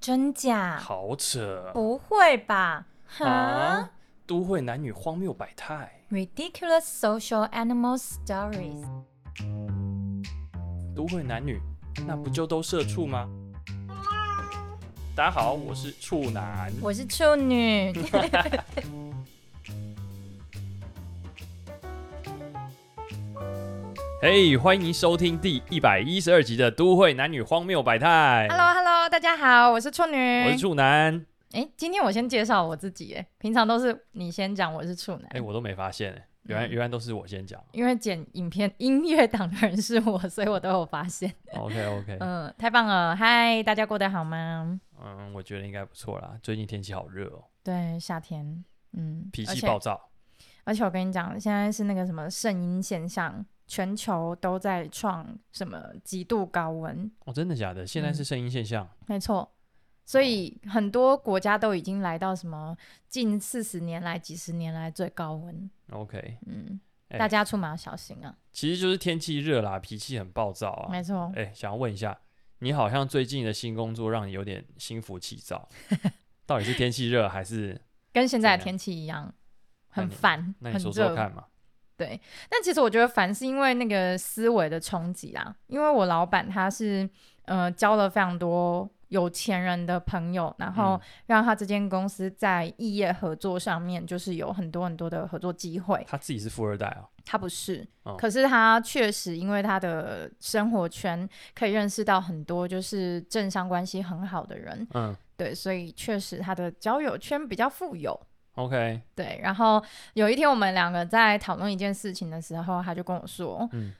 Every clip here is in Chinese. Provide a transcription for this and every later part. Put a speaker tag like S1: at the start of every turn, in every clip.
S1: 真假？
S2: 好扯
S1: 不会吧？哈、
S2: 啊！都会男女荒谬百态，
S1: r i d i c u l o u s social animal stories。
S2: 都会男女那不就都社畜吗？大家好，我是处男。
S1: 我是处女，
S2: 嘿、欢迎收听第一百一十二集的《都会男女荒谬百态》
S1: Hello Hello，大家好，我是处女。
S2: 我是处男。
S1: 哎、今天我先介绍我自己，哎，平常都是你先讲我是处男，
S2: 哎、我都没发现、欸，原
S1: 嗯
S2: 来原来都是我先讲。
S1: 因为剪影片 音乐档的人是我，所以我都有发 现。
S2: OK OK，
S1: 嗯、太棒了，嗨，大家过得好吗？
S2: 嗯，我觉得应该不错啦。最近天气好热哦、
S1: 对，夏天，嗯，
S2: 脾
S1: 而
S2: 气
S1: 且
S2: 暴躁。
S1: 而且我跟你讲，现在是那个什么圣婴现象，全球都在创什么极度高温，
S2: 哦，真的假的？现在
S1: 嗯
S2: 是声音现象。
S1: 没错。所以
S2: 哦
S1: 很多国家都已经来到什么近四十年来、几十年来最高温，
S2: OK，
S1: 嗯，
S2: 哎
S1: 大家出门要小心啊，
S2: 其实就是天气热啦，脾气很暴躁啊。
S1: 没错。
S2: 哎、想要问一下，你好像最近的新工作让你有点心浮气 躁，到底是天气热还是？
S1: 跟现在的
S2: 怎样
S1: 天气一样，
S2: 那
S1: 很
S2: 你
S1: 烦，
S2: 那你
S1: 很
S2: 说
S1: 热
S2: 说。看嘛。
S1: 对，但其实我觉得烦是因为那个思维的冲击啦，因为我老板他是呃交了非常多有钱人的朋友，然后
S2: 嗯
S1: 让他这间公司在异业合作上面就是有很多很多的合作机会。
S2: 他自己是富二代啊，
S1: 他不是，
S2: 哦
S1: 可是他确实因为他的生活圈可以认识到很多就是政商关系很好的人，
S2: 嗯
S1: 对，所以确实他的交友圈比较富有。
S2: ，OK，
S1: 对，然后有一天我们两个在讨论一件事情的时候，他就跟我说
S2: 嗯，：“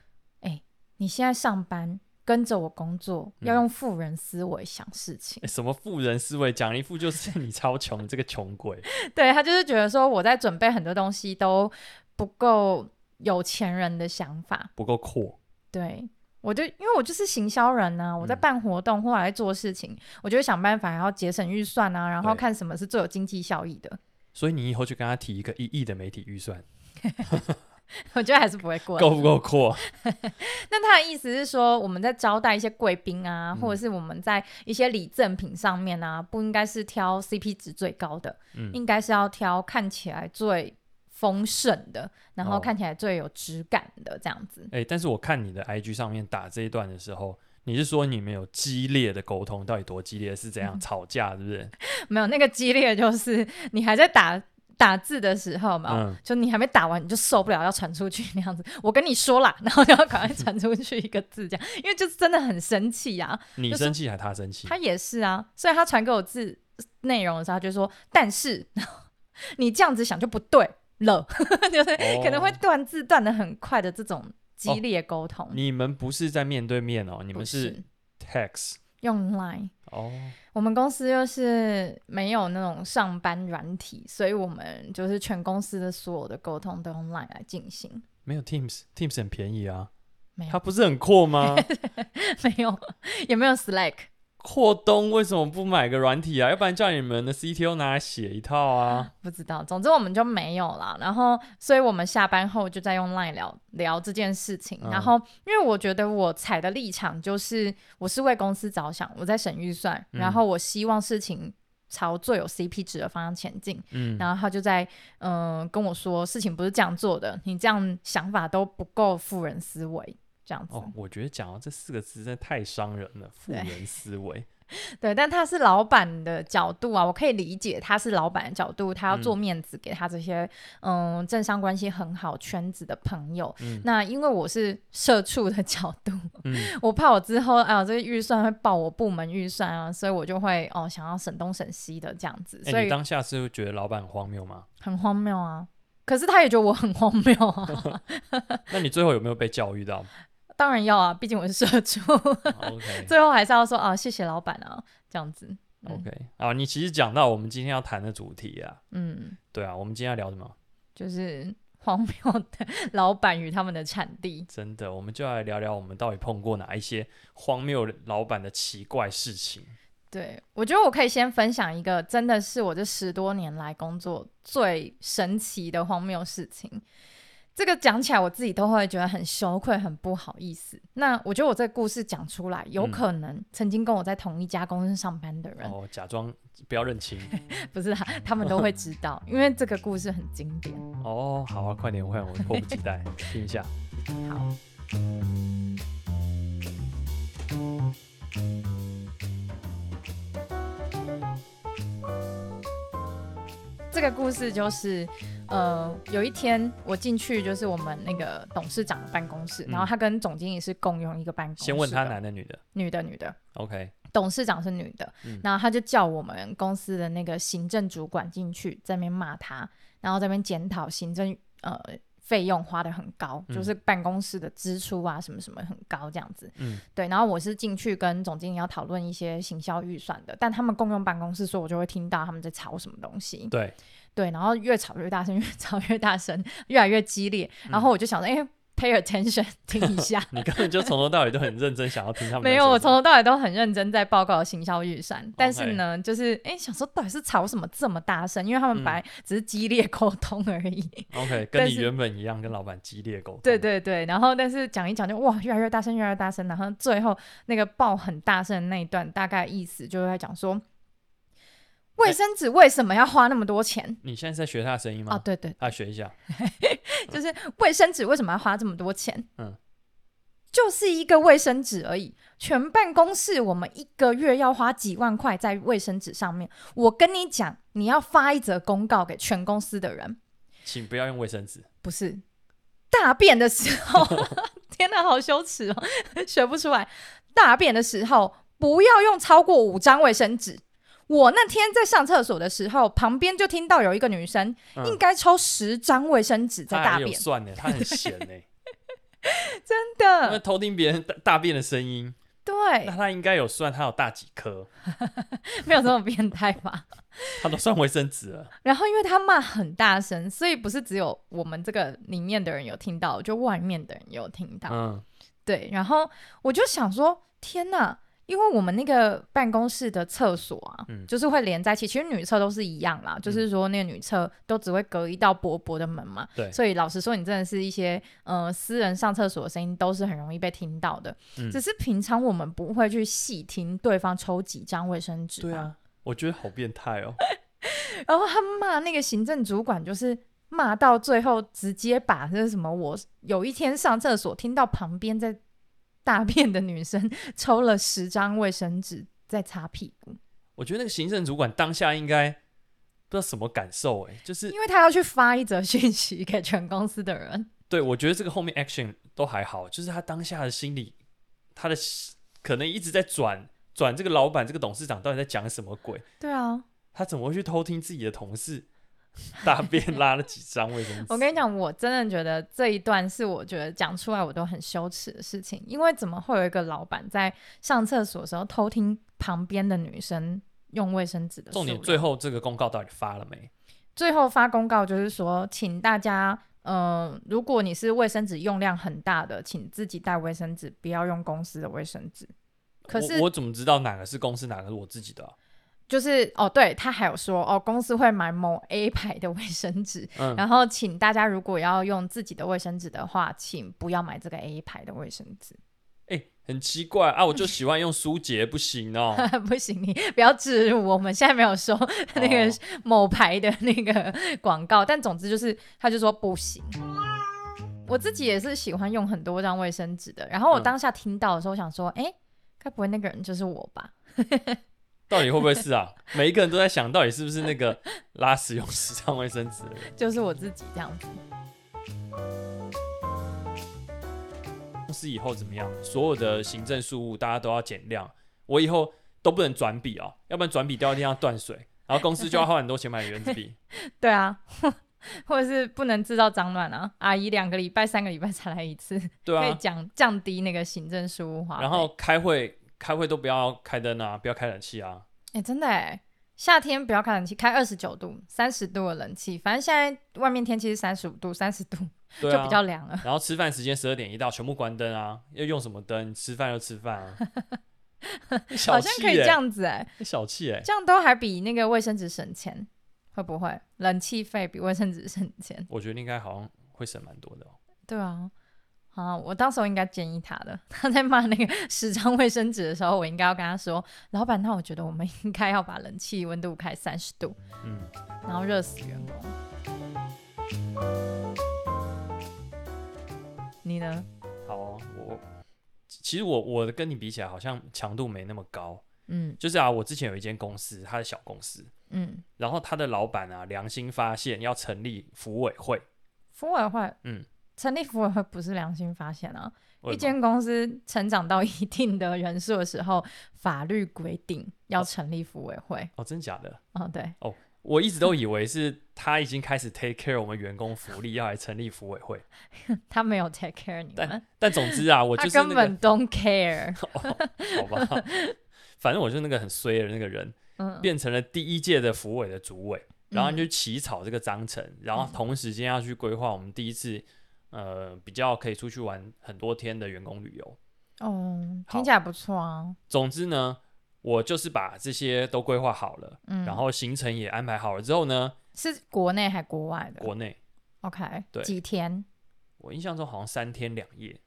S1: 你现在上班跟着我工作，
S2: 嗯
S1: 要用富人思维想事情。
S2: 哎什么富人思维，讲一副就是 你超穷，你这个穷鬼。
S1: 对他就是觉得说我在准备很多东西都不够有钱人的想法。
S2: 不够阔。
S1: 对我就因为我就是行销人呐、我在
S2: 嗯
S1: 办活动或者在做事情，我就会想办法要节省预算啊，然后
S2: 对
S1: 看什么是最有经济效益的。
S2: 所以你以后就跟他提一个一亿的媒体预算，
S1: 我觉得还是不会过来。
S2: 够不够阔？
S1: 那他的意思是说，我们在招待一些贵宾啊，
S2: 嗯
S1: 或者是我们在一些礼赠品上面啊，不应该是挑 CP 值最高的，
S2: 嗯
S1: 应该是要挑看起来最丰盛的，然后
S2: 哦
S1: 看起来最有质感的这样子。
S2: 哎、但是我看你的 IG 上面打这一段的时候，你是说你们有激烈的沟通，到底多激烈？是怎
S1: 嗯
S2: 样、吵架？是不是？
S1: 没有那个激烈，就是你还在打。打字的时候嘛，
S2: 嗯
S1: 就你还没打完你就受不了，要传出去那样子。我跟你说啦，然后就要赶快传出去一个字，这样，因为就是真的很生气啊呀、
S2: 你
S1: 就是
S2: 生气还是他生气？
S1: 他也是啊，所以他传给我字内容的时候，他就说：“但是 你这样子想就不对了， 就是
S2: 哦
S1: 可能会断字断的很快的这种激烈沟通。
S2: 哦你们不是在面对面哦，你
S1: 嗯不
S2: 们是 text
S1: 用 Line，
S2: 哦。
S1: 我们公司又是没有那种上班软体，所以我们就是全公司的所有的沟通都用 Line 来进行。
S2: 没有 Teams，Teams 很便宜啊，
S1: 没
S2: 它
S1: 有，
S2: 不是很阔 吗？
S1: 没有，也没有 Slack。
S2: 阔东为什么不买个软体啊？要不然叫你们的 CTO 拿来写一套啊。
S1: 不知道，总之我们就没有啦。然后，所以我们下班后就在用 LINE 聊聊这件事情。
S2: 嗯
S1: 然后，因为我觉得我采的立场就是，我是为公司着想，我在省预算，
S2: 嗯
S1: 然后我希望事情朝最有 CP 值的方向前进。
S2: 嗯，
S1: 然后他就在嗯、呃跟我说，事情不是这样做的，你这样想法都不够富人思维。这样子，
S2: 哦，我觉得讲到这四个字真的太伤人了，富
S1: 对
S2: 人思 维。
S1: 对，但他是老板的角度啊，我可以理解他是老板的角度，他要
S2: 嗯
S1: 做面子给他这些嗯政商关系很好圈子的朋友。
S2: 嗯
S1: 那因为我是社畜的角度，
S2: 嗯
S1: 我怕我之后啊这个预算会爆我部门预算啊，所以我就会哦想要省东省西的这样子，
S2: 哎、
S1: 所
S2: 你
S1: 以
S2: 当下是会觉得老板很荒谬 吗？
S1: 很荒谬啊。可是他也觉得我很荒谬啊，
S2: 那你最后有没有被教育到
S1: 当然要啊，毕竟我是社畜，
S2: ？OK
S1: 最后还是要说啊谢谢老板啊这样子。嗯
S2: OK 啊，你其实讲到我们今天要谈的主题啊，
S1: 嗯。
S2: 对啊，我们今天要聊什么？
S1: 就是 荒谬的老板与他们的产地。
S2: 真的，我们就来聊聊我们到底碰过哪一些荒谬老板的奇怪事情。
S1: 对我觉得我可以先分享一个，真的是我这十多年来工作最神奇的荒谬事情。这个讲起来我自己都会觉得很羞愧，很不好意思。那我觉得我这个故事讲出来，有
S2: 嗯
S1: 可能曾经跟我在同一家公司上班的人，
S2: 哦，假装不要认 清。
S1: 不是他，他们都会知道，因为这个故事很经典。
S2: 哦，好啊，快点，快点，我迫不及待听一下。
S1: 哦好，这个故事就是，呃，有一天我进去就是我们那个董事长的办公室，
S2: 嗯
S1: 然后他跟总经理是共用一个办公室的。
S2: 先问他男的女的
S1: 女的，女的。
S2: ，OK，
S1: 董事长是女的，
S2: 嗯
S1: 然后他就叫我们公司的那个行政主管进去，在那边骂他，然后在那边检讨行政呃费用花的很高，
S2: 嗯
S1: 就是办公室的支出啊什么什么很高这样子。
S2: 嗯，
S1: 对，然后我是进去跟总经理要讨论一些行销预算的，但他们共用办公室，所以我就会听到他们在吵什么东西。
S2: 对，
S1: 对，然后越吵越大声，越吵越大声，越来越激烈。然
S2: 嗯
S1: 后我就想说，哎、p a y attention，听一下。
S2: 你根本就从头到尾都很认真，想要听他们在哦
S1: 没有，
S2: 说什么
S1: 我从头到尾都很认真在报告行销预算，但是呢，就是哎、诶想说到底是吵什么这么大声？因为他们
S2: 嗯
S1: 本来只是激烈沟通而 已。
S2: OK，
S1: 但
S2: 跟你
S1: 是
S2: 原本一样，跟老板激烈沟通。
S1: 对对对，然后但是讲一讲就哇，越来越大声，越来越大声，然后最后那个爆很大声的那一段，大概意思就是在讲说，
S2: 哎
S1: 卫生纸为什么要花那么多钱？
S2: 你现在是在学他的声音
S1: 哦，
S2: 吗？
S1: 对对，
S2: 啊，学一下。
S1: 就是卫生纸为什么要花这么多钱？
S2: 嗯
S1: 就是一个卫生纸而已。全办公室我们一个月要花几万块在卫生纸上面。我跟你讲，你要发一则公告给全公司的人，
S2: 请不要用卫生纸。
S1: 不是大便的时 候，天哪，好羞耻哦， 学不出来。大便的时候不要用超过五张卫生纸。我那天在上厕所的时候，旁边就听到有一个女生
S2: 嗯哎
S1: 应该抽十张卫生纸在
S2: 他
S1: 大
S2: 还有
S1: 便，
S2: 算呢，他很闲呢，
S1: 真的
S2: 因为偷听别人大大便的声音，
S1: 对
S2: 那，他应该有算，他有大几颗，
S1: 没有这么变态 吧？
S2: 他都算卫生纸了。
S1: 然后因为他骂很大声，所以不是只有我们这个里面的人有听到，就外面的人也有听到。
S2: 嗯，
S1: 对，然后我就想说，天哪！因为我们那个办公室的厕所啊，
S2: 嗯
S1: 就是会连在一起，其实女厕都是一样啦，就是说那个女厕都只会隔一道薄薄的门嘛。
S2: 对
S1: 所以老实说，你真的是一些呃私人上厕所的声音都是很容易被听到的，
S2: 嗯
S1: 只是平常我们不会去细听对方抽几张卫生纸。
S2: 对啊，我觉得好变态哦。
S1: 然后他骂那个行政主管，就是骂到最后，直接把这是什么？我有一天上厕所听到旁边在大便的女生 抽了十张卫生纸在擦屁股，
S2: 我觉得那个行政主管当下应该不知道什么感受哎，就是
S1: 因为他要去发一则讯息给全公司的人。
S2: 对我觉得这个后面 action 都还好，就是他当下的心理，他的心可能一直在转转这个老板这个董事长到底在讲什么鬼，
S1: 对啊，
S2: 他怎么会去偷听自己的同事大便拉了几张卫生纸？
S1: 我跟你讲，我真的觉得这一段是我觉得讲出来我都很羞耻的事情，因为怎么会有一个老板在上厕所的时候偷听旁边的女生用卫生纸的数
S2: 重
S1: 量？
S2: 点最后这个公告到底发了没？
S1: 最后发公告就是说，请大家，呃，如果你是卫生纸用量很大的，请自己带卫生纸，不要用公司的卫生纸。可是
S2: 我我怎么知道哪个是公司，哪个是我自己的啊、
S1: 就是哦，对他还有说哦，公司会买某 A 牌的卫生纸，
S2: 嗯，
S1: 然后请大家如果要用自己的卫生纸的话，请不要买这个 A 牌的卫生纸。
S2: 哎、很奇怪啊，我就喜欢用舒洁，不行哦。
S1: 不行，你不要置入，我们现在没有收 那个
S2: 哦
S1: 某牌的那个广告，但总之就是，他就说不行。我自己也是喜欢用很多张卫生纸的，然后我
S2: 嗯
S1: 当下听到的时候想说，哎、该不会那个人就是我吧？
S2: 到底会不会是啊？ 每一个人都在想到底是不是那个拉屎用十张卫生纸的 人？
S1: 就是我自己这样子。
S2: 公司以后怎么样？所有的行政事务大家都要减量，我以后都不能转笔哦，要不然转笔掉一定要断水，然后公司就要花很多钱买原子 笔。
S1: 对啊，或者是不能制造脏乱啊，阿姨两个礼拜、三个礼拜才来一次，
S2: 对
S1: 可以啊
S2: 啊，
S1: 降降低那个行政事务花费。
S2: 然后开会开会都不要开灯啊，不要开冷气啊。
S1: 哎、真的哎，夏天不要开冷气，开二十九度、三十度的冷气，反正现在外面天气是三十五度、三十度、
S2: 对
S1: 就
S2: 啊
S1: 比，较凉了。
S2: 然后吃饭时间十二点一到，全部关灯啊，要用什么灯？吃饭就吃饭 啊。
S1: 好
S2: 小
S1: 像
S2: 气
S1: 可以
S2: 耶
S1: 这样子哎、
S2: 小气哎、
S1: 这样都还比那个卫生纸省钱，会不会？冷气费比卫生纸省钱，
S2: 我觉得应该好像会省蛮多的哦。
S1: 对啊，啊，我当时候应该建议他的。 他在骂那个十张卫生纸的时候，我应该要跟他说：“老板，那我觉得我们应该要把冷气温度开三十度，
S2: 嗯，
S1: 然后热死员工。”你呢？
S2: 好哦、我其其实我我跟你比起来，好像强度没那么高。
S1: 嗯
S2: 就是啊，我之前有一间公司，它是小公司，
S1: 嗯，
S2: 然后他的老板啊，良心发现要成立服委会，
S1: 服委会，
S2: 嗯，
S1: 成立服委会不是良心发现啊。
S2: 为
S1: 一
S2: 什么
S1: 间公司成长到一定的人数的时候，法律规定
S2: 啊
S1: 要成立服委会。
S2: 哦，真假的？
S1: 哦，对，
S2: 我一直都以为是他已经开始 take care 我们员工福利，要来成立服委会。
S1: 他没有 take care 你们。
S2: 但总之啊，我
S1: 他
S2: 就是
S1: 根
S2: 那个
S1: 本 don't care。
S2: 好吧，反正我就是那个很衰的那个人，
S1: 嗯，
S2: 变成了第一届的服委的主委，然后
S1: 嗯
S2: 就起草这个章程，然后同时间要去规划我们第一次呃比较可以出去玩很多天的员工旅游。
S1: 哦，
S2: 好
S1: 听起来不错啊。
S2: 总之呢，我就是把这些都规划好了，
S1: 嗯，
S2: 然后行程也安排好了之后呢，
S1: 是国内还国外的
S2: 国内
S1: ？OK，
S2: 对
S1: 几天？
S2: 我印象中好像三天两夜，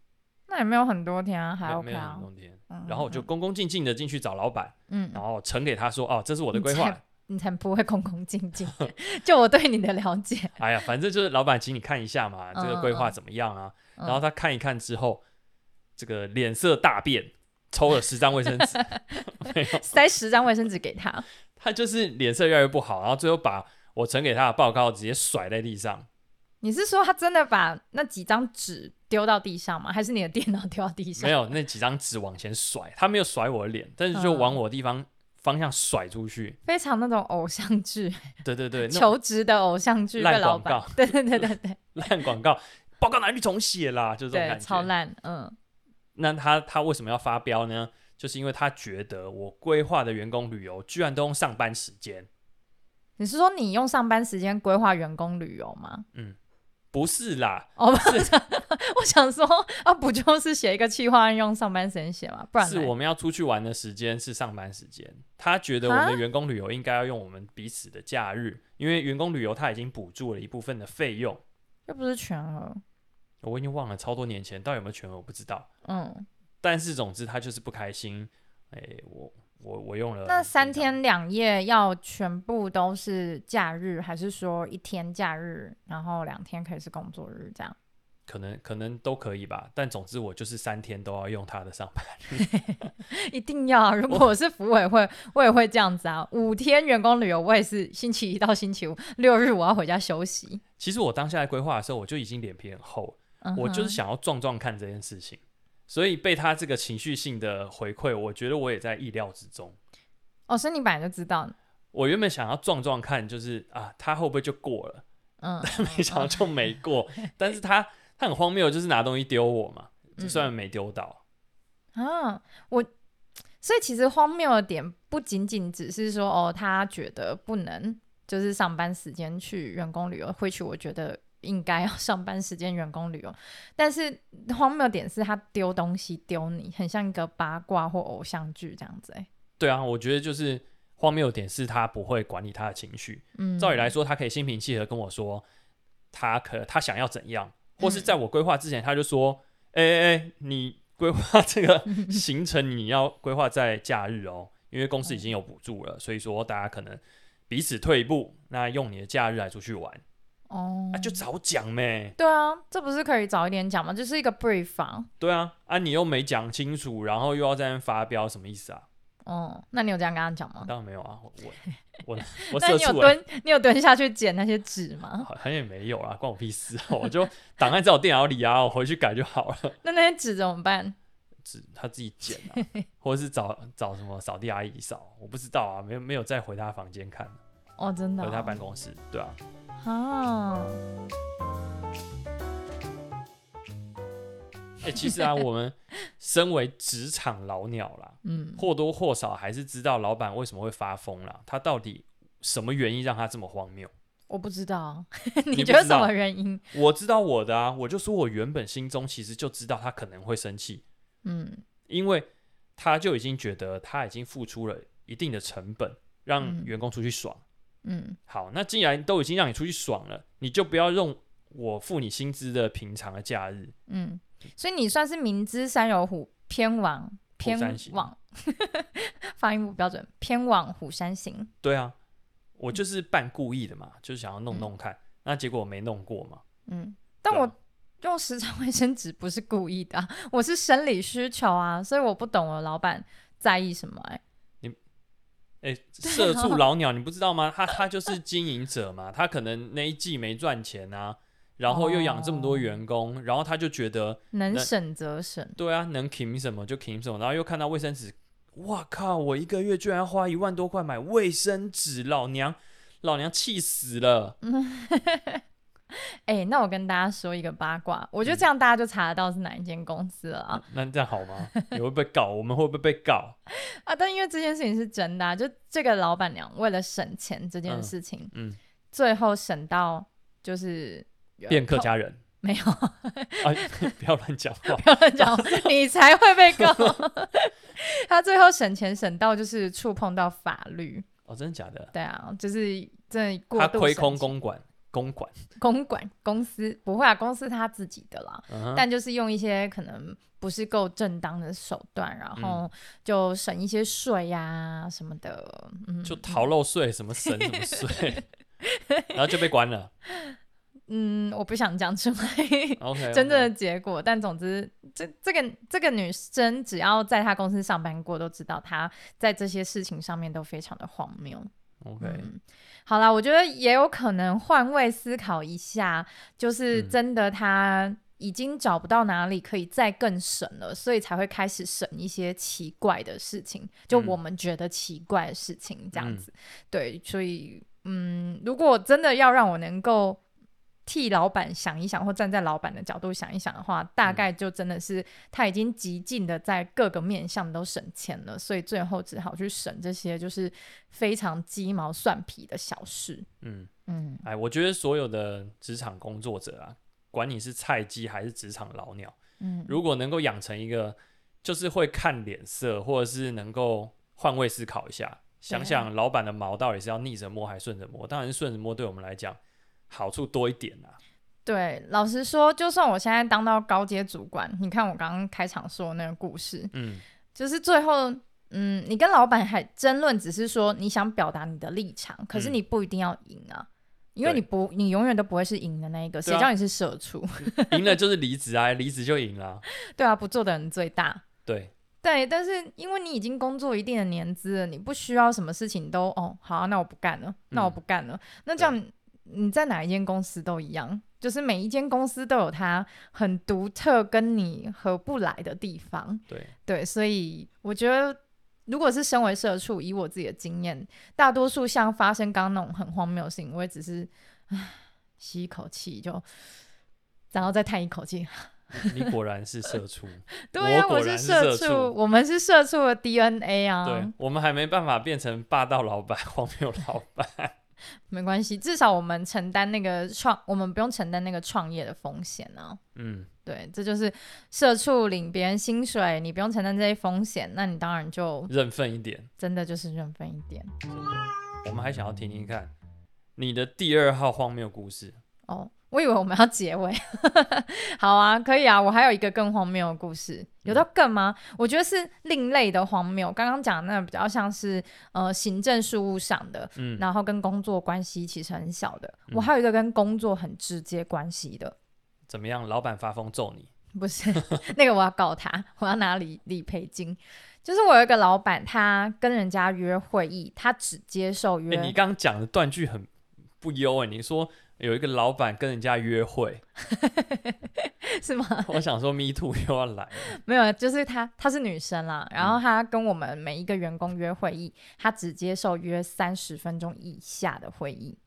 S1: 那也没有很多天啊，
S2: 没
S1: 还
S2: 有没
S1: OK
S2: 有很
S1: 啊。
S2: 多天。
S1: 嗯
S2: 然后我就恭恭敬敬的进去找老板，
S1: 嗯，
S2: 然后呈给他说：“哦，这是我的
S1: 你
S2: 规
S1: 才
S2: 划。
S1: 你才不会恭恭敬 敬。就我对你的了 解，”
S2: 哎呀，反正就是老板，请你看一下嘛，这
S1: 嗯
S2: 个
S1: 嗯
S2: 规划
S1: 嗯
S2: 怎么样啊？
S1: 嗯
S2: 然后他看一看之后，这个脸色大变，抽了十张卫生 纸，没有，
S1: 塞十张卫生纸给他。
S2: 他就是脸色越来越不好，然后最后把我呈给他的报告直接甩在地上。
S1: 你是说他真的把那几张纸丢到地上吗？还 是你的电脑丢到地上？
S2: 没有那几张纸往前甩，他没有甩我的脸，但是就
S1: 嗯
S2: 往我的地方方向甩出去。
S1: 非常那种偶像剧，
S2: 对对 对，那种
S1: 求职的偶像剧
S2: 烂
S1: 被老
S2: 广
S1: 板，对对对 对对
S2: 烂广告，报告拿去重写啦，就是这种
S1: 对，
S2: 感
S1: 超
S2: 觉。
S1: 烂，嗯
S2: 那他他为什么要发飙呢？就是因为他觉得我规划的员工旅游居然都用上班时间，
S1: 你是说你用上班时间规划员工旅游吗？
S2: 不是啦，
S1: 哦，
S2: 是
S1: 我想说啊，不就是写一个企划案用上班时间写吗？不然
S2: 是
S1: 嘞
S2: 我们要出去玩的时间是上班时间。他觉得我们的员工旅游应该要用我们彼此的假日，因为员工旅游他已经补助了一部分的费用。
S1: 又不是全额，
S2: 我已经忘了超多年前，到底有没有全额我不知道。
S1: 嗯，
S2: 但是总之他就是不开心。哎、我我我用了
S1: 那三
S2: 平常
S1: 天两夜要全部都是假日，还是说一天假日，然后两天可以是工作日这样？
S2: 可能可能都可以吧，但总之我就是三天都要用他的上班。
S1: 一定要啊！如果我是服委会，我也会这样子啊。五天员工旅游，我也是星期一到星期五，六日我要回家休息。
S2: 其实我当下在规划的时候，我就已经脸皮很厚，
S1: 嗯哼
S2: 我就是想要撞撞看这件事情，所以被他这个情绪性的回馈，我觉得我也在意料之中。
S1: 哦，所以你本来就知道，
S2: 我原本想要撞撞看，就是啊，他会不会就过 了？
S1: 嗯，
S2: 没想到就没
S1: 哦
S2: 过。但是他他很荒谬，就是拿东西丢我嘛，就
S1: 嗯
S2: 虽然没丢到，
S1: 啊，我所以其实荒谬的点不仅仅只是说哦，他觉得不能就是上班时间去员工旅游，或许我觉得应该要上班时间员工旅游，但是荒谬的点是他丢东西丢你，很像一个八卦或偶像剧这样子、欸。
S2: 对啊，我觉得就是荒谬的点是他不会管理他的情绪。
S1: 嗯，
S2: 照理来说，他可以心平气和跟我说，他可他想要怎样，
S1: 嗯
S2: 或是在我规划之前，他就说，哎哎哎，你规划这 个行程，你要规划在假日哦，因为公司已经有补助了，所以说大家可能彼此退一步，那用你的假日来出去玩，
S1: 哦，
S2: 啊，就早讲呗。
S1: 对啊，这不是可以早一点讲吗？就是一个 brief 啊。
S2: 对啊，啊，你又没讲清楚，然后又要在那边发飙，什么意思啊？
S1: 哦，那你有这样跟他讲吗？
S2: 当然没有啊，我我 我我
S1: 那
S2: 社
S1: 你有
S2: 畜欸，
S1: 蹲，你有蹲下去捡那些纸吗？
S2: 好像也没有啊，关我屁事啊！我就档案在我电脑里啊，我回去改就好了。
S1: 那那些纸怎么办？
S2: 只他自己剪 啊，或者是找找什么扫地阿姨扫，我不知道啊，没有没有再回他房间看，
S1: 哦，真的、
S2: 回
S1: 哦，
S2: 他办公室，对啊。
S1: 啊，
S2: 哎、其实 啊，我们身为职场老鸟啦，
S1: 嗯，
S2: 或多或少还是知道老板为什么会发疯啦，他到底什么原因让他这么荒谬？
S1: 我不知 道，啊
S2: 你
S1: 你
S2: 不
S1: 觉得
S2: 知
S1: 什
S2: 道
S1: 么原因？
S2: 我知道我的啊，我就说我原本心中其实就知道他可能会生气，
S1: 嗯
S2: 因为他就已经觉得他已经付出了一定的成本，让
S1: 嗯
S2: 员工出去爽。
S1: 嗯
S2: 好，那既然都已经让你出去爽了，你就不要用我付你薪资的平常的假日，
S1: 嗯，所以你算是明知山有虎，偏往偏
S2: 山行
S1: 往， 发音不标准，偏往虎山行。
S2: 对啊，我就是半故意的嘛，就是想要弄弄看，那结果我没弄过嘛。
S1: 嗯，但
S2: 对啊
S1: 我用时常卫生纸不是故意的啊、 我是生理需求啊，所以我不懂我的老板在意什么、欸。
S2: 哎、社畜老鸟，你不知道吗？他他就是经营者嘛，他可能那一季没赚钱啊，然后又养这么多员工，然后他就觉得，
S1: 能
S2: 那
S1: 省则省，
S2: 对啊，能停什么就停什么，然后又看到卫生纸，哇靠，我一个月居然要花一万多块买卫生纸，老娘老娘气死了。
S1: 嗯哎、那我跟大家说一个八卦，我
S2: 嗯
S1: 觉得这样大家就查得到是哪一间公司了啊。
S2: 那这样好吗？你会被告？ 我们会不会被告？
S1: 啊，但因为这件事情是真的、啊，就这个老板娘为了省钱这件
S2: 嗯
S1: 事情，
S2: 嗯
S1: 最后省到就是呃
S2: 变客
S1: 扣
S2: 家人
S1: 没有，不
S2: 啊！ 不要乱讲话。
S1: 要乱
S2: 哦
S1: 讲，你才会被告。 他最后省钱省到就是触碰到法律，
S2: 哦，真的假的？
S1: 对啊，就是这过
S2: 他
S1: 度
S2: 亏
S1: 省
S2: 空
S1: 钱
S2: 公馆，公馆，
S1: 公管公司不会啊，公司他自己的啦，
S2: 嗯哼，
S1: 但就是用一些可能不是够正当的手段，然后就省一些税呀、什么的，嗯，
S2: 就逃漏税，什么省什么 税，然后就被关了。
S1: 嗯，我不想讲出来
S2: OK，
S1: 真正的结果，但总之，这这个这个女生只要在她公司上班过，都知道她在这些事情上面都非常的荒谬。
S2: OK，
S1: 嗯，好啦，我觉得也有可能换位思考一下，就是
S2: 嗯
S1: 真的她已经找不到哪里可以再更省了，所以才会开始省一些奇怪的事情，就
S2: 嗯
S1: 我们觉得奇怪的事情这样
S2: 嗯
S1: 子。对，所以嗯，如果真的要让我能够。替老板想一想，或站在老板的角度想一想的话，大
S2: 嗯
S1: 概就真的是他已经极尽的在各个面向都省钱了，所以最后只好去省这些就是非常鸡毛蒜皮的小事。
S2: 嗯，
S1: 嗯，
S2: 哎，我觉得所有的职场工作者啊，管你是菜鸡还是职场老鸟，
S1: 嗯
S2: 如果能够养成一个就是会看脸色，或者是能够换位思考一
S1: 啊
S2: 下，想想老板的毛到底是要逆着摸还是顺着摸？当然是顺着摸，对我们来讲好处多一点啊。
S1: 对，老实说，就算我现在当到高阶主管，你看我刚刚开场说的那个故事，
S2: 嗯
S1: 就是最后，嗯，你跟老板还争论，只是说你想表达你的立场，可是
S2: 嗯
S1: 你不一定要赢啊。因为
S2: 对
S1: 你不，你永远都不会是赢的那一个，谁
S2: 对啊
S1: 叫你是社畜？
S2: 嗯赢了就是离职啊，离职就赢了啊。
S1: 对啊，不做的人最大。
S2: 对，
S1: 对，但是因为你已经工作一定的年资了，你不需要什么事情都哦，好啊、那我不干了，那我
S2: 嗯
S1: 不干了。那这样你在哪一间公司都一样，就是每一间公司都有它很独特跟你合不来的地方。
S2: 对，
S1: 对，所以我觉得，如果是身为社畜，以我自己的经验，大多数像发生刚刚那种很荒谬的事情，我也只是唉吸一口气就，然后再叹一口气，
S2: 你果然是社畜。
S1: 对呀、
S2: 我果
S1: 我是
S2: 然是
S1: 社
S2: 社畜
S1: 我们是社畜的 DNA 啊。
S2: 对，我们还没办法变成霸道老板、 荒谬老板。
S1: 没关系，至少我们承担那个创，我们不用承担那个创业的风险啊。
S2: 嗯，
S1: 对，这就是社畜领别人薪水，你不用承担这些风险，那你当然就
S2: 认份一点。
S1: 真的就是认分一点
S2: 真的，我们还想要听听看你的第二号荒谬故事。
S1: 哦。我以为我们要结尾， 好啊，可以啊。我还有一个更荒谬的故事，有
S2: 嗯
S1: 到更吗？我觉得是另类的荒谬。刚刚讲的那个比较像是呃行政事务上的，
S2: 嗯，
S1: 然后跟工作关系其实很小的。
S2: 嗯
S1: 我还有一个跟工作很直接关系的，
S2: 怎么样？老板发疯揍你？
S1: 不是 那个，我要告他，我要拿理理赔金。就是我有一个老板，他跟人家约会议，他只接受
S2: 哎、
S1: 约。
S2: 你刚刚讲的断句很不优哎、你说有一个老板跟人家约 会，
S1: 是吗？
S2: 我想说 Me Too 又要来了。
S1: 没有，就是她，她是女生啦。然
S2: 嗯
S1: 后她跟我们每一个员工约会议，她只接受约三十分钟以下的会议，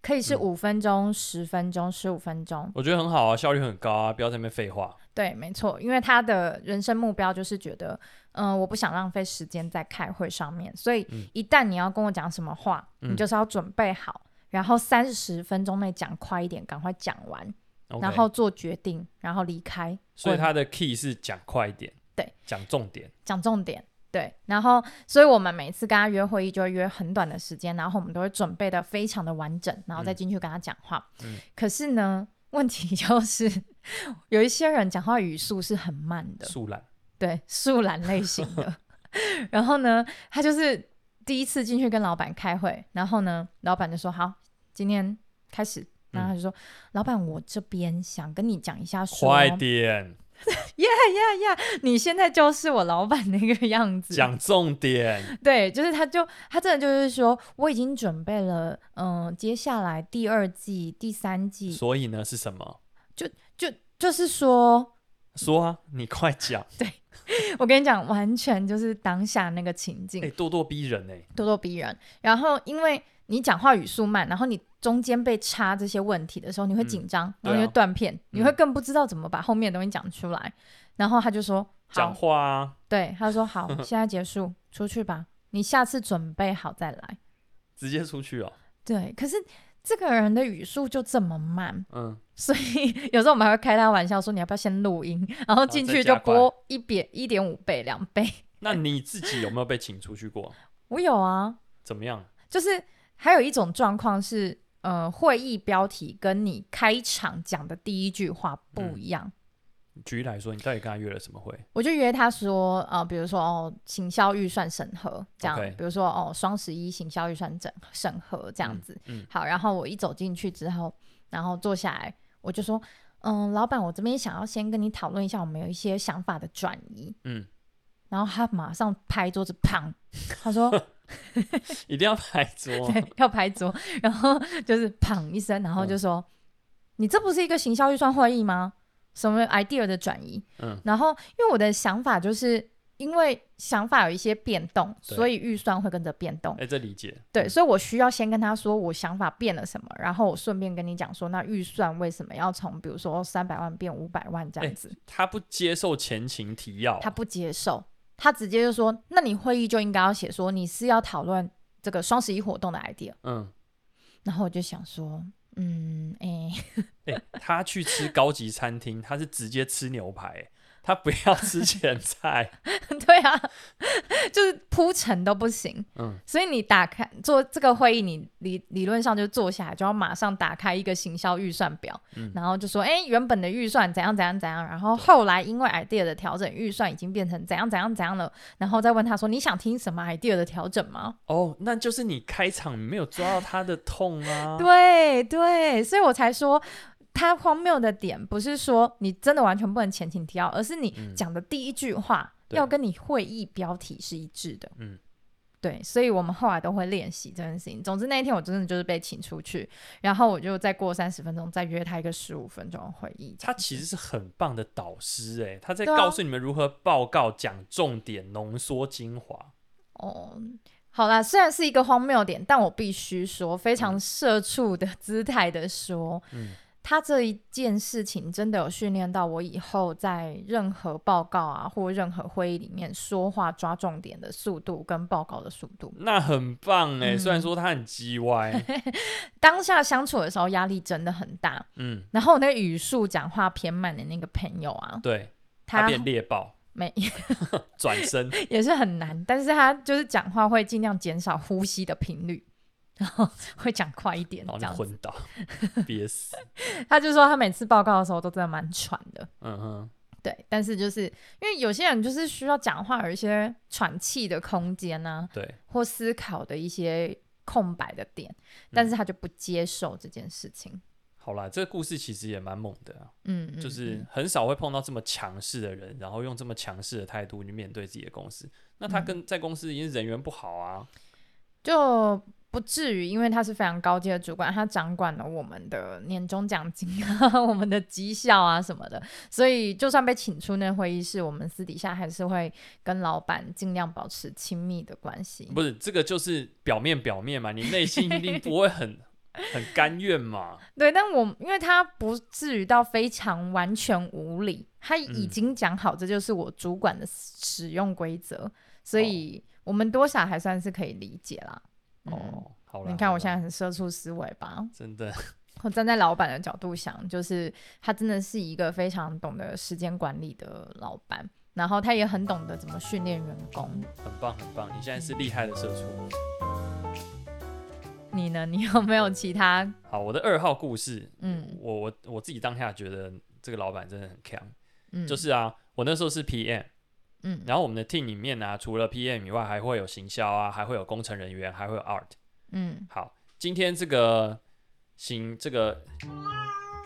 S1: 可以是
S2: 嗯
S1: 五分钟、十分钟、十五分钟。
S2: 我觉得很好啊，效率很高啊，不要在那边废话。
S1: 对，没错，因为他的人生目标就是觉得，嗯、我不想浪费时间在开会上面，所以
S2: 嗯
S1: 一旦你要跟我讲什么话，你
S2: 嗯
S1: 就是要准备好，然后三十分钟内讲快一点，赶快讲完
S2: o k
S1: 然后做决定，然后离开，
S2: 所以
S1: 滚
S2: 他的 key 是讲快一点，
S1: 对，
S2: 讲重点。
S1: 讲重点。对，然后，所以我们每次跟他约会议就会约很短的时间，然后我们都会准备的非常的完整，然后再进去跟他讲话。
S2: 嗯
S1: 可是呢，问题就是有一些人讲话语速是很慢的，
S2: 素懒，
S1: 对，树懒类型 的。然后呢，他就是第一次进去跟老板开会，然后呢，老板就说好，今天开始。然后他就说：“老板，我这边想跟你讲一下说，
S2: 快点
S1: 呀呀，你现在就是我老板那个样子。”
S2: 讲重点，
S1: 对，就是他就他真的就是说，我已经准备了，嗯、接下来第二季、第三季，
S2: 所以呢是什么？
S1: 就就是说，
S2: 说啊，你快讲，
S1: 我跟你讲，完全就是当下那个情境
S2: 哎、，咄咄逼人哎、
S1: 咄咄逼人。然后因为你讲话语速慢，然后你中间被插这些问题的时候，你会紧张，然后
S2: 对
S1: 你
S2: 啊
S1: 会断片，你会更不知道怎么把后面的东西讲出来。然后他就说，
S2: 讲
S1: 好，
S2: 话啊，
S1: 对，他说好，现在结束，出去吧，你下次准备好再来。
S2: 直接出去 哦，
S1: 对，可是这个人的语速就这么慢。
S2: 嗯，
S1: 所以 有时候我们还会开他玩笑说，你要不要先录音，然后进去就播一点一点五倍、两倍。
S2: 那你自己有没有被请出去过？
S1: 我有啊，
S2: 怎么样？
S1: 就是还有一种状况是，呃，会议标题跟你开场讲的第一句话不一样。
S2: 举例来说，你到底跟他约了什么会？
S1: 我就约他说，呃，比如说哦，行销预算审核这样
S2: OK
S1: 比如说哦，双十一行销预算整审核这样子。
S2: 嗯嗯
S1: 好，然后我一走进去之后，然后坐下来，我就说，嗯，老板，我这边想要先跟你讨论一下，我们有一些想法的转移。
S2: 嗯，
S1: 然后他马上拍桌子，砰！他说
S2: 一定要拍桌，
S1: 对， 要拍桌，然后就是砰一声，然后
S2: 嗯
S1: 就说：“你这不是一个行销预算会议吗？什么 idea 的转移？”
S2: 嗯
S1: 然后因为我的想法就是因为想法有一些变动，
S2: 对
S1: 所以预算会跟着变动
S2: 哎、。这理解，
S1: 对，所以我需要先跟他说我想法变了什么，然后我顺便跟你讲说，那预算为什么要从比如说三百万变五百万这样
S2: 哎哦
S1: 子。
S2: 他不接受前情提要，
S1: 他不接受，他直接就说：“那你会议就应该要写说你是要讨论这个双十一活动的 idea。
S2: 嗯，”
S1: 然后我就想说：“嗯，哎、
S2: 哎、他去吃高级餐厅，他是直接吃牛排、哎他不要吃前菜，
S1: 对啊，就是铺陈都不行。
S2: 嗯，
S1: 所以你打开做这个会议，你理理论上就坐下来就要马上打开一个行销预算表，
S2: 嗯
S1: 然后就说：哎、原本的预算怎样怎样怎样，然后后来因为 idea 的调整，预算已经变成怎样怎样怎样了，然后再问他说：你想听什么 idea 的调整吗？
S2: 哦，那就是你开场没有抓到他的痛啊，
S1: 对对，所以我才说。他荒谬的点不是说你真的完全不能前情提要，而是你
S2: 嗯
S1: 讲的第一句话、
S2: 对
S1: 要跟你会议标题是一致的。
S2: 嗯，
S1: 对，所以我们后来都会练习这件事情。总之那一天我真的就是被请出去，然后我就再过三十分钟再约他一个十五分钟的会议这
S2: 他
S1: 样子。
S2: 其实是很棒的导师、哎，他在
S1: 对啊
S2: 告诉你们如何报告、讲重点、浓缩精华。
S1: 哦，好啦，虽然是一个荒谬点，但我必须说，非常社畜的 姿态的说，
S2: 嗯
S1: 他这一件事情真的有训练到我以后在任何报告啊或任何会议里面说话抓重点的速度跟报告的速度。
S2: 那很棒哎、
S1: 嗯
S2: 虽然说他很叽 歪，
S1: 当下相处的时候压力真的很大，
S2: 嗯，
S1: 然后我那个语速讲话偏慢的那个朋友啊，
S2: 对，他
S1: 他
S2: 变猎豹，
S1: 没
S2: 转 身，
S1: 也是很难，但是他就是讲话会尽量减少呼吸的频率。然后会讲快一点，
S2: 然后
S1: 这
S2: 就
S1: 样子。
S2: 昏 倒，憋死。
S1: 他就说他每次报告的时候都真的蛮喘的，
S2: 嗯哼，
S1: 对。但是就是因为有些人就是需要讲话有一些喘气的空间啊，
S2: 对，
S1: 或思考的一些空白的点，但
S2: 嗯
S1: 是他就不接受这件事情。
S2: 好啦，这个故事其实也蛮猛的啊、
S1: 嗯，嗯
S2: 就是
S1: 嗯
S2: 很少会碰到这么强势的人，然后用这么强势的态度去面对自己的公司。那
S1: 嗯
S2: 他跟在公司已经人缘不好啊，
S1: 就不至于，因为他是非常高阶的主管，他掌管了我们的年终奖金啊、 我们的绩效啊什么的，所以就算被请出那会议室，我们私底下还是会跟老板尽量保持亲密的关系。
S2: 不是这个就是表面表面嘛，你内心一定不会很 很甘愿嘛。
S1: 对，但我因为他不至于到非常完全无理，他已
S2: 嗯
S1: 经讲好这就是我主管的使用规则，所
S2: 哦
S1: 以我们多少还算是可以理解啦。嗯，
S2: 哦，好了，
S1: 你看
S2: 好
S1: 我现在
S2: 啦
S1: 很社畜思维吧？
S2: 真的，
S1: 我站在老板的角度想，就是他真的是一个非常懂得时间管理的老板。然后他也很懂得怎么训练员工。
S2: 很棒很棒，你现在是厉害的社畜。
S1: 你呢？你有没有其他？
S2: 好，我的二号故事，
S1: 嗯
S2: 我我我自己当下觉得这个老板真的很强，
S1: 嗯，
S2: 就是啊，我那时候是 PM，
S1: 嗯
S2: 然后我们的 team 里面呢、啊除了 PM 以外，还会有行销啊，还会有工程人员，还会有 art。
S1: 嗯，
S2: 好，今天这个行这个，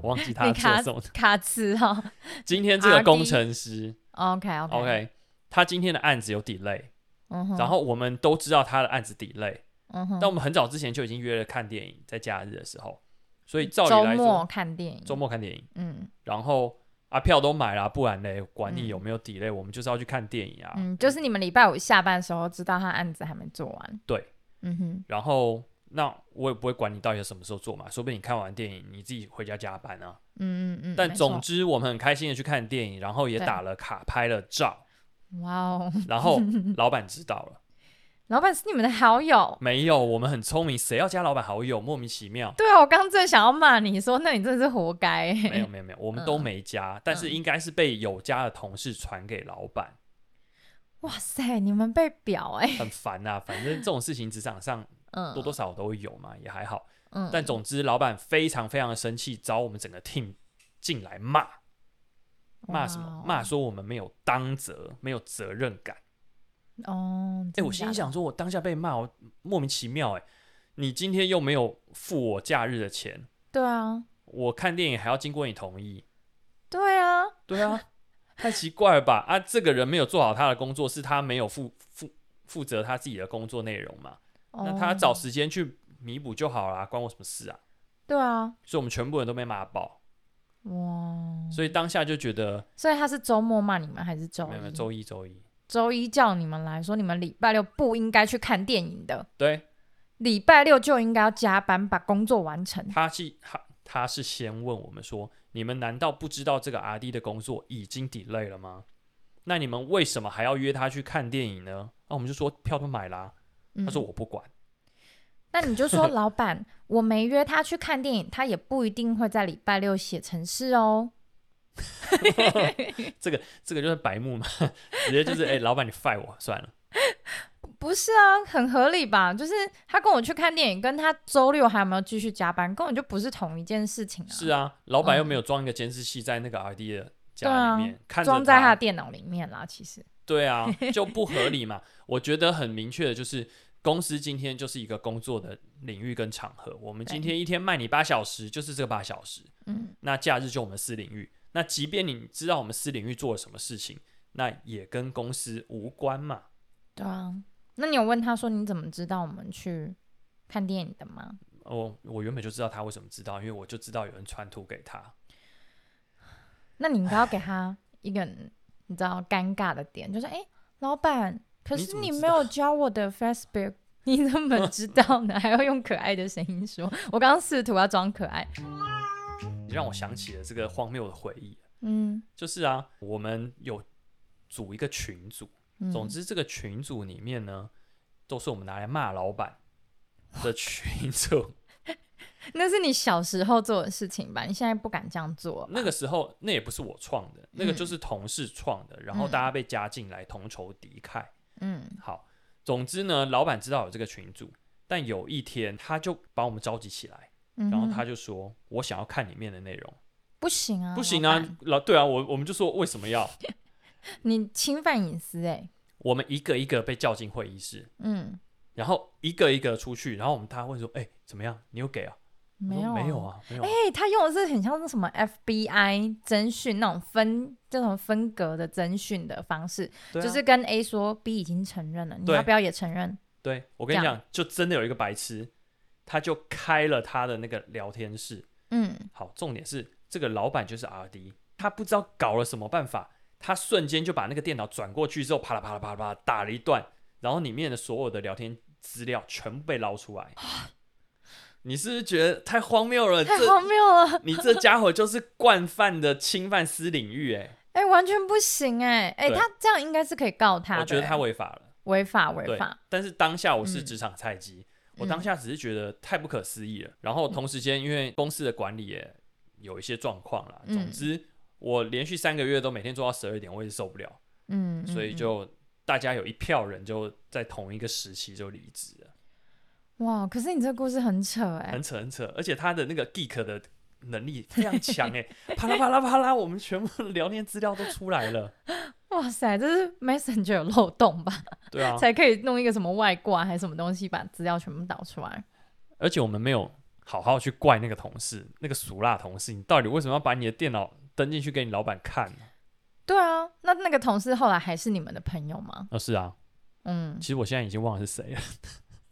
S2: 我忘记他
S1: 你
S2: 做
S1: 卡
S2: 什么。
S1: 卡兹哦。
S2: 今天这个
S1: RD
S2: 工程师
S1: OK OK
S2: ，OK，他今天的案子有 delay，
S1: 嗯哼，
S2: 然后我们都知道他的案子 delay，
S1: 嗯哼，
S2: 但我们很早之前就已经约了看电影，在假日的时候，所以照
S1: 嗯周
S2: 理来
S1: 末
S2: 说
S1: 看电影，
S2: 周末看电影，
S1: 嗯
S2: 然后啊票都买了啊，不然嘞，管你
S1: 嗯
S2: 有没有 delay，我们就是要去看电影啊。
S1: 嗯，就是你们礼拜五下班的时候知道他案子还没做完，
S2: 对，
S1: 嗯哼，
S2: 然后那我也不会管你到底什么时候做嘛，说不定你看完电影你自己回家加班啊。
S1: 嗯嗯嗯，
S2: 但
S1: 没
S2: 总
S1: 错，
S2: 之我们很开心的去看电影，然后也
S1: 对
S2: 打了卡拍了 照，
S1: 哇哦，
S2: 然后老板知道了
S1: 老板是你们的好友。
S2: 没有？我们很聪明，谁要加老板好友？莫名其妙。
S1: 对啊，我刚刚正想要骂你说，那你真的是活该。
S2: 没有没有没有，我们都没加，
S1: 嗯
S2: 但是应该是被有加的同事传给老板，
S1: 哇塞，你们被表哎、
S2: 很烦呐、反正这种事情职场上
S1: 嗯，
S2: 多多少少都有嘛，也还好。
S1: 嗯，
S2: 但总之，老板非常非常的生气，找我们整个 team 进来骂，骂什
S1: 哇
S2: 么
S1: 哦？
S2: 骂说我们没有当责，没有责任感。
S1: 哦，
S2: 哎、
S1: 真的
S2: 我心
S1: 假
S2: 里
S1: 的，
S2: 想说，我当下被骂，我莫名其妙、哎，你今天又没有付我假日的钱，
S1: 对啊，
S2: 我看电影还要经过你同意，
S1: 对啊，
S2: 对 啊，太奇怪了吧？啊，这个人没有做好他的工作，是他没有负负负责他自己的工作内容嘛？那他
S1: 哦
S2: 找时间去弥补就好啦，关我什么事啊？
S1: 对啊，
S2: 所以我们全部人都被骂爆，
S1: 哇，
S2: 所以当下就觉得
S1: 所以他是周末骂你们还是周
S2: 没有没有
S1: 一？
S2: 周一周一，
S1: 周一叫你们来说，你们礼拜六不应该去看电影的，
S2: 对，
S1: 礼拜六就应该要加班把工作完成。
S2: 他是他他是先问我们说，你们难道不知道这个 R D 的工作已经 delay 了吗？那你们为什么还要约他去看电影呢？那、我们就说票都买啦、
S1: 嗯
S2: 他说我不管，
S1: 那你就 说，老板，我没约他去看电影，他也不一定会在礼拜六写程式哦。
S2: 这个就是白目嘛， 直接就是哎、老板你 fire 我算
S1: 啊
S2: 了。
S1: 不是啊，很合理吧？就是他跟我去看电影，跟他周六还有没有继续加班，根本就不是同一件事情啊。
S2: 是啊，老板又没有装一个监视器在那个 R D 的家里
S1: 对啊
S2: 面，看着
S1: 装在他的电脑里面啦，其实。
S2: 对啊，就不合理嘛。 我觉得很明确的就是，公司今天就是一个工作的领域跟场合。我们今天一天卖你八小时，就是这个八小时。
S1: 嗯，
S2: 那假日就我们私领域。那即便你知道我们私领域做了什么事情，那也跟公司无关嘛。
S1: 对啊。那你有问他说你怎么知道我们去看电影的吗？
S2: 哦，我原本就知道他为什么知道，因为我就知道有人传图给他。
S1: 那你应该要给他一个你知道尴尬的点，就是哎、诶老板，可
S2: 你
S1: 是
S2: 怎么
S1: 你
S2: 知
S1: 没有教我的 Facebook，你怎么知道呢？还要用可爱的声音说， 我刚刚试图要装可爱。
S2: 你让我想起了这个荒谬的回忆，
S1: 嗯，
S2: 就是啊，我们有组一个群组，
S1: 嗯
S2: 总之，这个群组里面呢，都是我们拿来骂老板的群 组。
S1: 那是你小时候做的事情吧？你现在不敢这样做吧。
S2: 那个时候，那也不是我创的，
S1: 嗯
S2: 那个就是同事创的，然后大家被加进来同仇敌忾。
S1: 嗯
S2: 好，总之呢，老板知道有这个群组，但有一天他就把我们召集起来，
S1: 嗯哼，
S2: 然后他就说：“我想要看里面的内容。
S1: 不行啊，
S2: 不行
S1: 老
S2: 啊
S1: 板，
S2: 老对啊，我我们就说为什么要？
S1: 你侵犯隐私哎、
S2: 我们一个一个被叫进会议室，
S1: 嗯，
S2: 然后一个一个出去，然后我们他问说：“哎、怎么样？你有给啊？”我
S1: 没
S2: 说
S1: 有
S2: 没有。啊，没有啊、
S1: 哎、他用的是很像是什么 FBI 侦讯那种分这种分隔的侦讯的方式，
S2: 对啊
S1: 就是跟 A 说 B 已经承认了，你
S2: 对
S1: 要不要也承认？
S2: 对我跟你
S1: 这
S2: 讲，就真的有一个白痴，他就开了他的那个聊天室。
S1: 嗯，
S2: 好，重点是这个老板就是 R D，他不知道搞了什么办法，他瞬间就把那个电脑转过去之后，啪啦啪啦啪啦啪啦打了一段，然后里面的所有的聊天资料全部被捞出来。你是不是觉得太荒谬了？
S1: 啊太
S2: 这
S1: 荒谬了，
S2: 你这家伙就是惯犯的侵犯私领域、欸，
S1: 哎、完全不行哎、哎、
S2: 对
S1: 他这样应该是可以告他的、
S2: 我觉得
S1: 哎
S2: 他违法了。
S1: 违法
S2: 对
S1: 违法，，
S2: 但是当下我是
S1: 嗯
S2: 职场菜鸡，我
S1: 嗯
S2: 当下只是觉得太不可思议了。然后同时间，因为公司的管理也有一些状况啦，
S1: 嗯
S2: 总之我连续三个月都每天做到十二点，我也是受不了，
S1: 嗯，
S2: 所以
S1: 嗯
S2: 就大家有一票人就在同一个时期就离职了，
S1: 哇，可是你这故事很扯哎、
S2: 很扯很扯，而且他的那个 geek 的能 力非常强哎、啪啦啪啦啪啦，我们全部的聊天资料都出来了，
S1: 哇塞，这是 Messenger 有漏洞吧？
S2: 对啊，
S1: 才可以弄一个什么外挂还是什么东西，把资料全部导出来。
S2: 而且我们没有好好去怪那个同事，那个俗辣同事，你到底为什么要把你的电脑登进去给你老板看呢？
S1: 对啊，那那个同事后来还是你们的朋友吗？
S2: 哦，是啊，
S1: 嗯，
S2: 其实我现在已经忘了是谁了。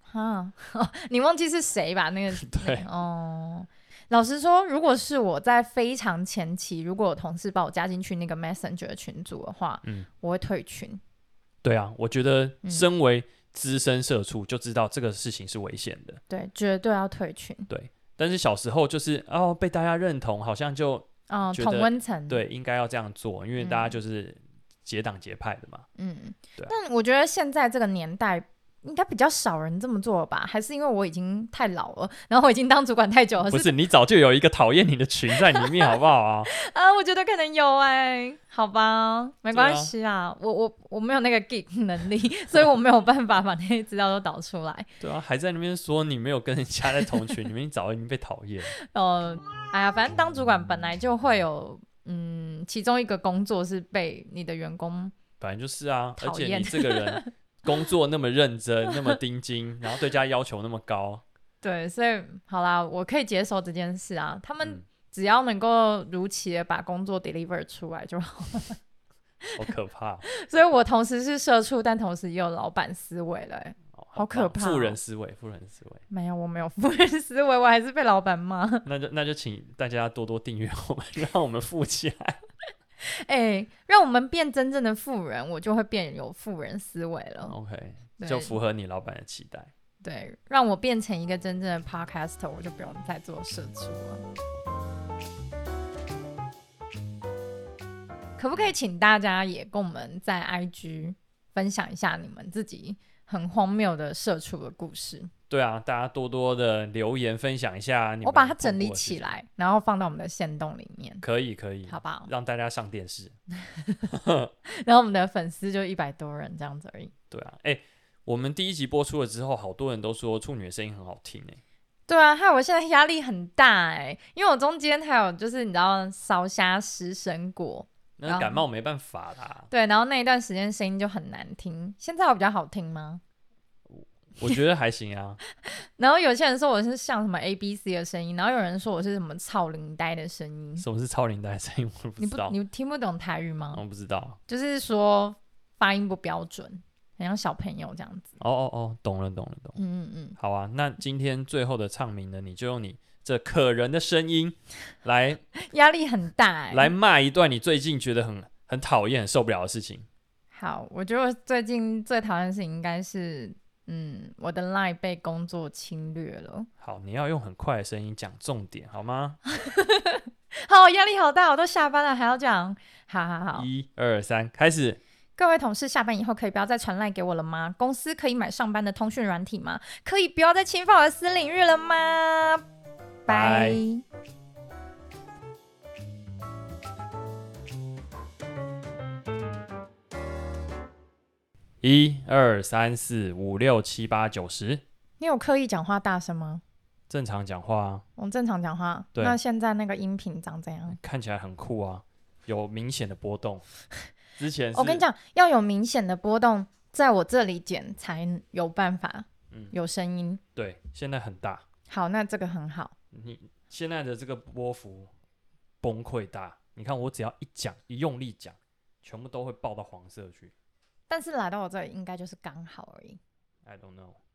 S1: 哈， 你忘记是谁吧？那个
S2: 对，啊
S1: 哦，老实说，如果是我在非常前期，如果有同事把我加进去那个 Messenger 群组的话，
S2: 嗯
S1: 我会退群。
S2: 对啊，我觉得
S1: 嗯
S2: 身为资深社畜就知道这个事情是危险的。
S1: 对，绝对要退群。
S2: 但是小时候就是哦被大家认同，好像就
S1: 哦、
S2: 觉得
S1: 同温层。，
S2: 对应该要这样做，因为
S1: 嗯
S2: 大家就是结党结派的嘛。
S1: 嗯，
S2: 对啊
S1: 但我觉得现在这个年代。应该比较少人这么做吧？还是因为我已经太老了，然后我已经当主管太久了？
S2: 不
S1: 是
S2: 是你早就有一个讨厌你的群在里面，好不 好啊？
S1: 啊，我觉得可能有哎、好吧，
S2: 对
S1: 没
S2: 啊
S1: 关系啊，我我我没有那个 geek 能力， 所以我没有办法把那些资料都导出来。
S2: 对啊，还在那边说你没有跟人家在同群里面，你早已经被讨厌了。
S1: 呃，哎呀，反正当主管本来就会有，嗯，其中一个工作是被你的员工，
S2: 反正就是啊，而
S1: 讨
S2: 且
S1: 厌
S2: 你这个人工作那么认真，那么盯紧，然后对家要求那么高，
S1: 对，所以好啦，我可以接受这件事啊，他们
S2: 嗯，
S1: 只要能够如期的把工作 deliver 出来就好。
S2: 好可怕，
S1: 所以我同时是社畜，但同时也有老板思维了欸、
S2: 哦
S1: 好可
S2: 棒
S1: 怕
S2: 富
S1: 哦
S2: 人思维，富人思维，
S1: 没有，我没有富人思维，我还是被老板骂。
S2: 那就那就请大家多多订阅我们， 让我们富起来。
S1: 哎、让我们变真正的富人，我就会变有富人思维了。
S2: OK，
S1: 哦对
S2: 就符合你老板的期待。
S1: 对，让我变成一个真正的 podcaster，我就不用再做社畜了。可不可以请大家也跟我们在 IG 分享一下你们自己很荒谬的社畜的故事？
S2: 对啊，大家多多的留言分享一下你们
S1: 我把它
S2: 碰
S1: 整理
S2: 过的事
S1: 起
S2: 情，
S1: 来，然后放到我们的线洞里面，
S2: 可以可以，
S1: 好不好？
S2: 让大家上电视。
S1: 然后我们的粉丝就一百多人这样子而已。
S2: 对啊，哎、我们第一集播出了之后，好多人都说处女的声音很好听哎、
S1: 对啊，害我现在压力很大哎、因为我中间还有就是你知道烧虾食神果，
S2: 那感冒没办法啦，
S1: 对，然后那一段时间声音就很难听。现在有比较好听吗？
S2: 我觉得还行啊。
S1: 然后有些人说我是像什么 A B C 的声音，然后有人说我是什么操林呆的声音。
S2: 什么是超龄带声音？我
S1: 你
S2: 不知
S1: 不
S2: 道，哦
S1: 你听不懂台语吗？
S2: 我不知道。
S1: 就是说发音不标准，很像小朋友这样子。
S2: 哦哦哦，懂了懂了懂了。
S1: 嗯嗯嗯，
S2: 好啊，那今天最后的唱名呢，你就用你这可人的声音来
S1: 压力很大哎、
S2: 来骂一段你最近觉得很很讨厌、很受不了的事情。
S1: 好，我觉得我最近最讨厌的事情应该是，嗯，我的 line 被工作侵略了。
S2: 好，你要用很快的声音讲重点，好吗？
S1: 好，压力好大，我都下班了还要讲，好好好。
S2: 一二三，开始。
S1: 各位同事，下班以后可以不要再传赖给我了吗？公司可以买上班的通讯软体吗？可以不要再侵犯我的私领域了吗？
S2: 拜
S1: 拜。
S2: 一二三四五六七八九十，
S1: 你有刻意讲话大声吗？
S2: 正常讲话啊，
S1: 我正常讲话。
S2: 对嗯
S1: 那现在那个音频长怎样？
S2: 看起来很酷啊，有明显的波动。之前
S1: 我跟你
S2: 讲，
S1: 讲，要有明显的波动，在我这里剪才有办法
S2: 嗯，
S1: 有声音。
S2: 对，现在很大，
S1: 好，那这个很好。
S2: 你现在的这个波幅崩溃大，你看我只要一讲一用力讲，全部都会爆到黄色去。
S1: 但是来到我这里应该就是刚好而已。
S2: I don't know。